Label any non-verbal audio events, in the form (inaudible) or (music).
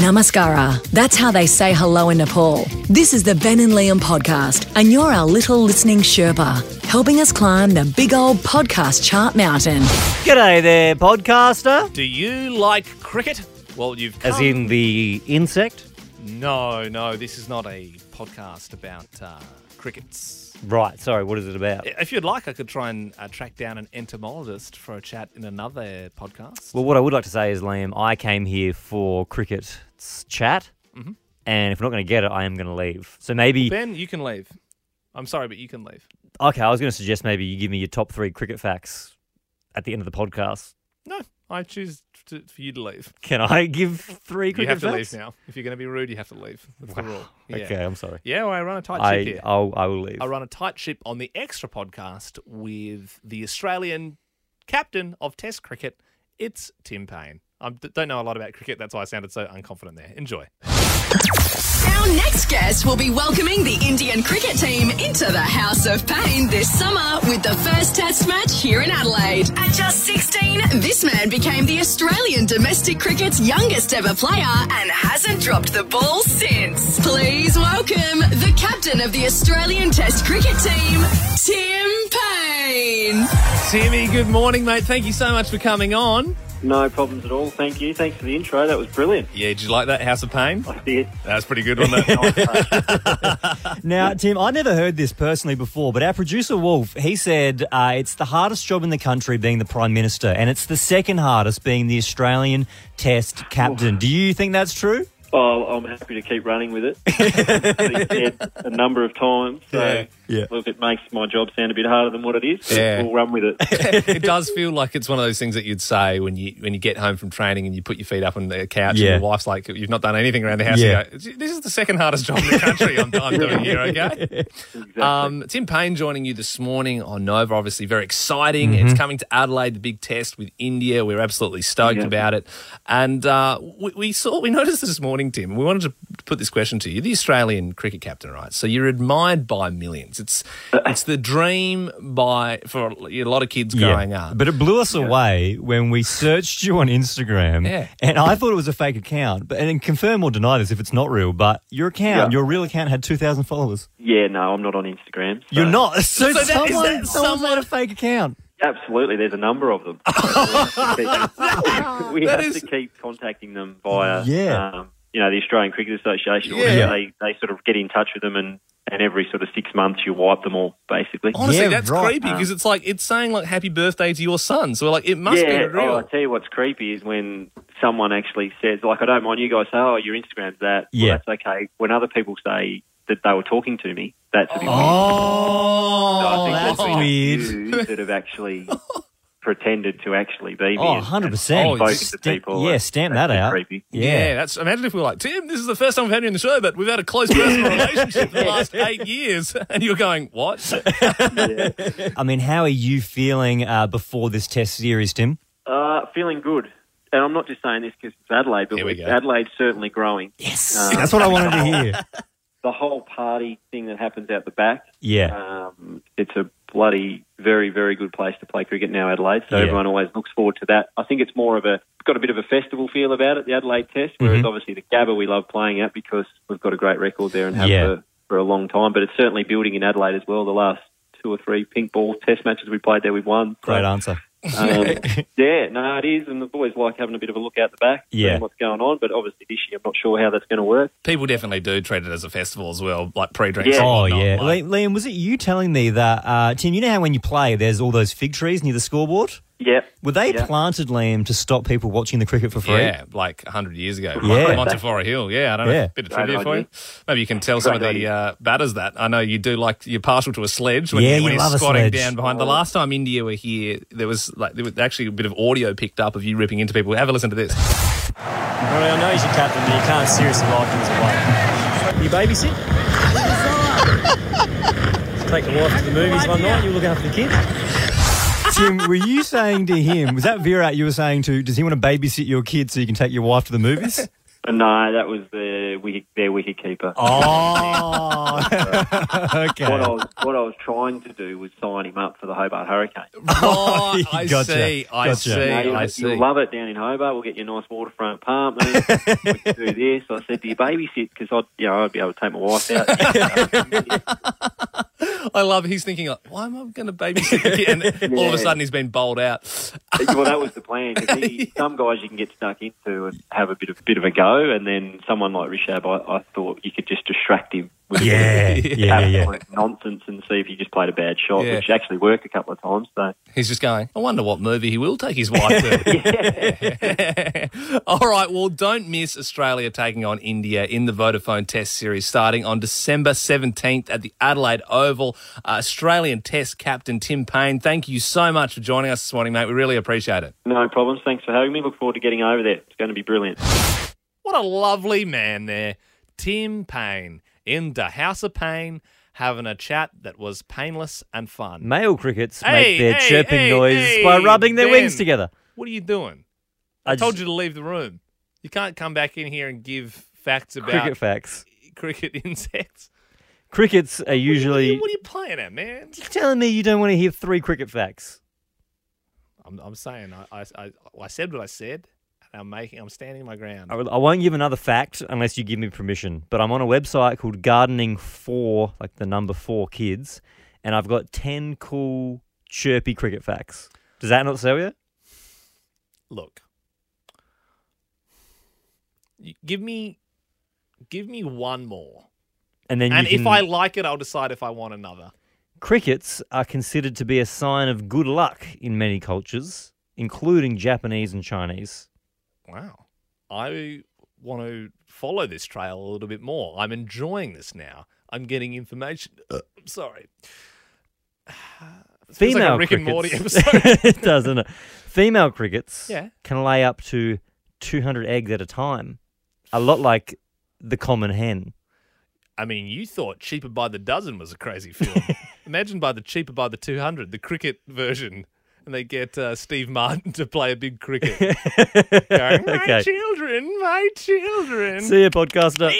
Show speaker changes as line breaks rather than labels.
Namaskara. That's how they say hello in Nepal. This is the Ben and Liam podcast, and you're our little listening Sherpa, helping us climb the big old podcast chart mountain.
G'day there, podcaster.
Do you like cricket? Well, you've
As
come-
in the insect?
no, no. This is not a podcast about uh, crickets.
Right, sorry, what is it about?
If you'd like, I could try and uh, track down an entomologist for a chat in another podcast.
Well, what I would like to say is, Liam, I came here for cricket s- chat,
Mm-hmm.
and if we're not going to get it, I am going to leave. So maybe,
ben, you can leave. I'm sorry, but you can leave.
okay, I was going to suggest maybe you give me your top three cricket facts at the end of the podcast.
No, I choose to, for you to leave.
Can I (laughs) give three
You
cricket
have to leave
facts?
now. If you're going to be rude, you have to leave. That's the rule. Yeah.
Okay, I'm sorry.
Yeah, well, I run a tight ship
I,
here.
I'll, I will leave.
I run a tight ship on the extra podcast with the Australian captain of Test cricket. It's Tim Payne. I d- don't know a lot about cricket. That's why I sounded so unconfident there. Enjoy.
Our next guest will be welcoming the Indian cricket team into the House of Pain this summer with the first test match here in Adelaide. At just 16, this man became the Australian domestic cricket's youngest ever player and hasn't dropped the ball since. Please welcome the captain of the Australian Test cricket team, Tim Payne.
Timmy, good morning, mate. Thank you so much for coming on.
No problems at all. Thank you. Thanks for the intro. That was brilliant.
Yeah, did you like that House of Pain?
I did.
That's pretty good, wasn't it?
Now, Tim, I never heard this personally before, but our producer Wolf, he said uh, it's the hardest job in the country being the Prime Minister, and it's the second hardest being the Australian Test captain. Do you think that's true?
Oh, I'm happy to keep running with it. I've said a number of times. So,
Yeah.
Yeah.
Look, it makes my job sound a bit harder than what it is.
Yeah.
We'll run
(laughs)
with it.
(laughs) it does feel like it's one of those things that you'd say when you when you get home from training and you put your feet up on the couch
Yeah.
and your wife's like, "You've not done anything around the house."
Yeah.
You go, this is the second hardest job in the country. I'm, I'm doing here. Okay.
exactly.
Um, Tim Payne joining you this morning on Nova. Obviously, very exciting.
Mm-hmm.
It's coming to Adelaide, the big test with India. We're absolutely stoked
Yeah.
about it. And uh, we, we saw, we (laughs) noticed this morning, Tim. We wanted to put this question to you. You're the Australian cricket captain, right? So you're admired by millions. It's
Uh,
it's the dream by for a lot of kids growing up.
But it blew us away when we searched you on Instagram,
Yeah.
and I thought it was a fake account. But and confirm or deny this if it's not real. But your account,
Yeah.
your real account, had two thousand followers.
yeah, no, I'm not on Instagram. so-
You're not. (laughs) So,
that- is that
someone, someone,
someone-
made a fake account.
Absolutely. There's a number of them. we have to keep, we
That
have
is-
to keep contacting them via,
Yeah.
um, you know, the Australian Cricket Association. or
Yeah.
They, they sort of get in touch with them and, and every sort of six months you wipe them all, basically.
Honestly,
Yeah,
that's
right.
creepy
Uh,
because it's like it's saying like "Happy birthday" to your son. So like it must
yeah,
be real.
Oh, I tell you what's creepy is when someone actually says, like, I don't mind you guys say, oh, your Instagram's that.
Yeah.
Well, that's okay. When other people say that they were talking to me, that's a bit weird. So I
Oh,
think
that's
there's been a
weird.
few that have
(laughs)
actually pretended to actually be me.
Oh,
and-
100%.
and spoken to
Sta-
people.
yeah,
and
stamp
that's
that
been
out.
Creepy.
Yeah. that's imagine if we were like, Tim, this is the first time we've had you in the show, but we've had a
(laughs)
close personal relationship for the last eight years. (laughs) And you're going, What?
I mean, how are you feeling uh, before this test series, Tim?
Uh, feeling good. And I'm not just saying this because it's Adelaide, but
Here we
we-
go.
Adelaide's certainly growing.
Yes.
Um,
That's what I wanted
(laughs)
to hear.
The whole party thing that happens out the back,
Yeah.
Um, it's a bloody very very good place to play cricket now, Adelaide. So
Yeah.
everyone always looks forward to that. I think it's more of a it's got a bit of a festival feel about it, the Adelaide Test. Whereas
Mm-hmm.
obviously the Gabba we love playing at because we've got a great record there and have
Yeah.
for, for a long time. But it's certainly building in Adelaide as well. The last two or three pink ball Test matches we played there, we've won. So,
Great answer. (laughs)
um, yeah, no, it is, and the boys like having a bit of a look out the back,
Yeah.
seeing what's going on. But obviously this year, I'm not sure how that's going to work.
People definitely do treat it as a festival as well, like pre drinks.
Yeah.
Oh, yeah. Li- Liam, was it you telling me that, uh, Tim, you know how when you play, there's all those fig trees near the scoreboard?
Yeah,
Were they
Yeah.
planted, Liam, to stop people watching the cricket for free?
Yeah, like 100 years ago.
Yeah.
Montefiore Hill. Yeah, I don't know.
Yeah.
Bit of
Great
trivia for you.
idea.
Maybe you can tell some of
Great
the
idea.
uh, batters that. I know you do like, you're partial to a sledge when,
Yeah,
you, when
you
you're
love a
squatting
sledge.
down behind. The last time India were here, there was like, there was actually a bit of audio picked up of you ripping into people. Have a listen to
(laughs)
this.
I know he's your captain, but you can't seriously like him as a player. You babysit? Take the wife to the movies one night, you look after the kid.
Tim, were you saying to him, was that Virat you were saying to, does he want to babysit your kid so you can take your wife to the movies?
No, that was the wicket, their wicket keeper.
Oh, okay.
(laughs) What I, was, what I was trying to do was sign him up for the Hobart Hurricane.
Oh, I
Gotcha,
see. I
gotcha.
see.
Now, you'll,
I
you'll
see.
love it down in Hobart. We'll get you a nice waterfront apartment. we can do this. I said, do you babysit? Because I'd, you know, I'd be able to take my wife out.
(laughs)
I love. He's thinking, like, why am I going to babysit? the kid? And all of a
Yeah.
sudden, he's been bowled out.
well, that was the plan. 'cause he, some guys you can get stuck into and have a bit of bit of a go, and then someone like Rishab, I, I thought you could just distract him with
Yeah, yeah, yeah, yeah.
absolute nonsense and see if he just played a bad shot,
Yeah.
which actually worked a couple of times. So
He's just going, I wonder what movie he will take his wife to. (laughs) All right, well, don't miss Australia taking on India in the Vodafone Test Series starting on December 17th at the Adelaide Oval. Uh, Australian Test captain Tim Payne, thank you so much for joining us this morning, mate. We really appreciate it.
no problems. Thanks for having me. Look forward to getting over there. It's going to be brilliant.
What a lovely man there, Tim Payne, in the House of Pain, having a chat that was painless and fun.
Male crickets
Hey,
make their
hey,
chirping
hey,
noise
hey,
by rubbing their wings
Ben.
together.
What are you doing?
I,
I told
just-
you to leave the room. You can't come back in here and give facts about
cricket facts.
(laughs) cricket insects.
Crickets are
What are,
usually.
you, what are you playing at, man?
You're telling me you don't want to hear three cricket facts?
I'm, I'm saying I, I, I, I said what I said, and I'm making I'm standing my ground.
I will- I won't give another fact unless you give me permission. But I'm on a website called Gardening for, like the number four kids, and I've got ten cool chirpy cricket facts. Does that not sell you?
Look, you, give me give me one more,
And then
and
you
if
can-
I like it, I'll decide if I want another.
crickets are considered to be a sign of good luck in many cultures, including Japanese and Chinese.
Wow, I want to follow this trail a little bit more. I'm enjoying this now. I'm getting information. Uh, sorry. feels like a
Female
Rick and
crickets, (laughs)
Morty episode.
it does, doesn't it? Female crickets
Yeah.
can lay up to 200 eggs at a time, a lot like the common hen.
I mean, you thought Cheaper by the Dozen was a
(laughs)
crazy film. Imagine by the Cheaper by the 200, the cricket version, and they get uh, Steve Martin to play a
(laughs)
big cricket. Going, My
Okay.
children, my children.
See you, podcaster.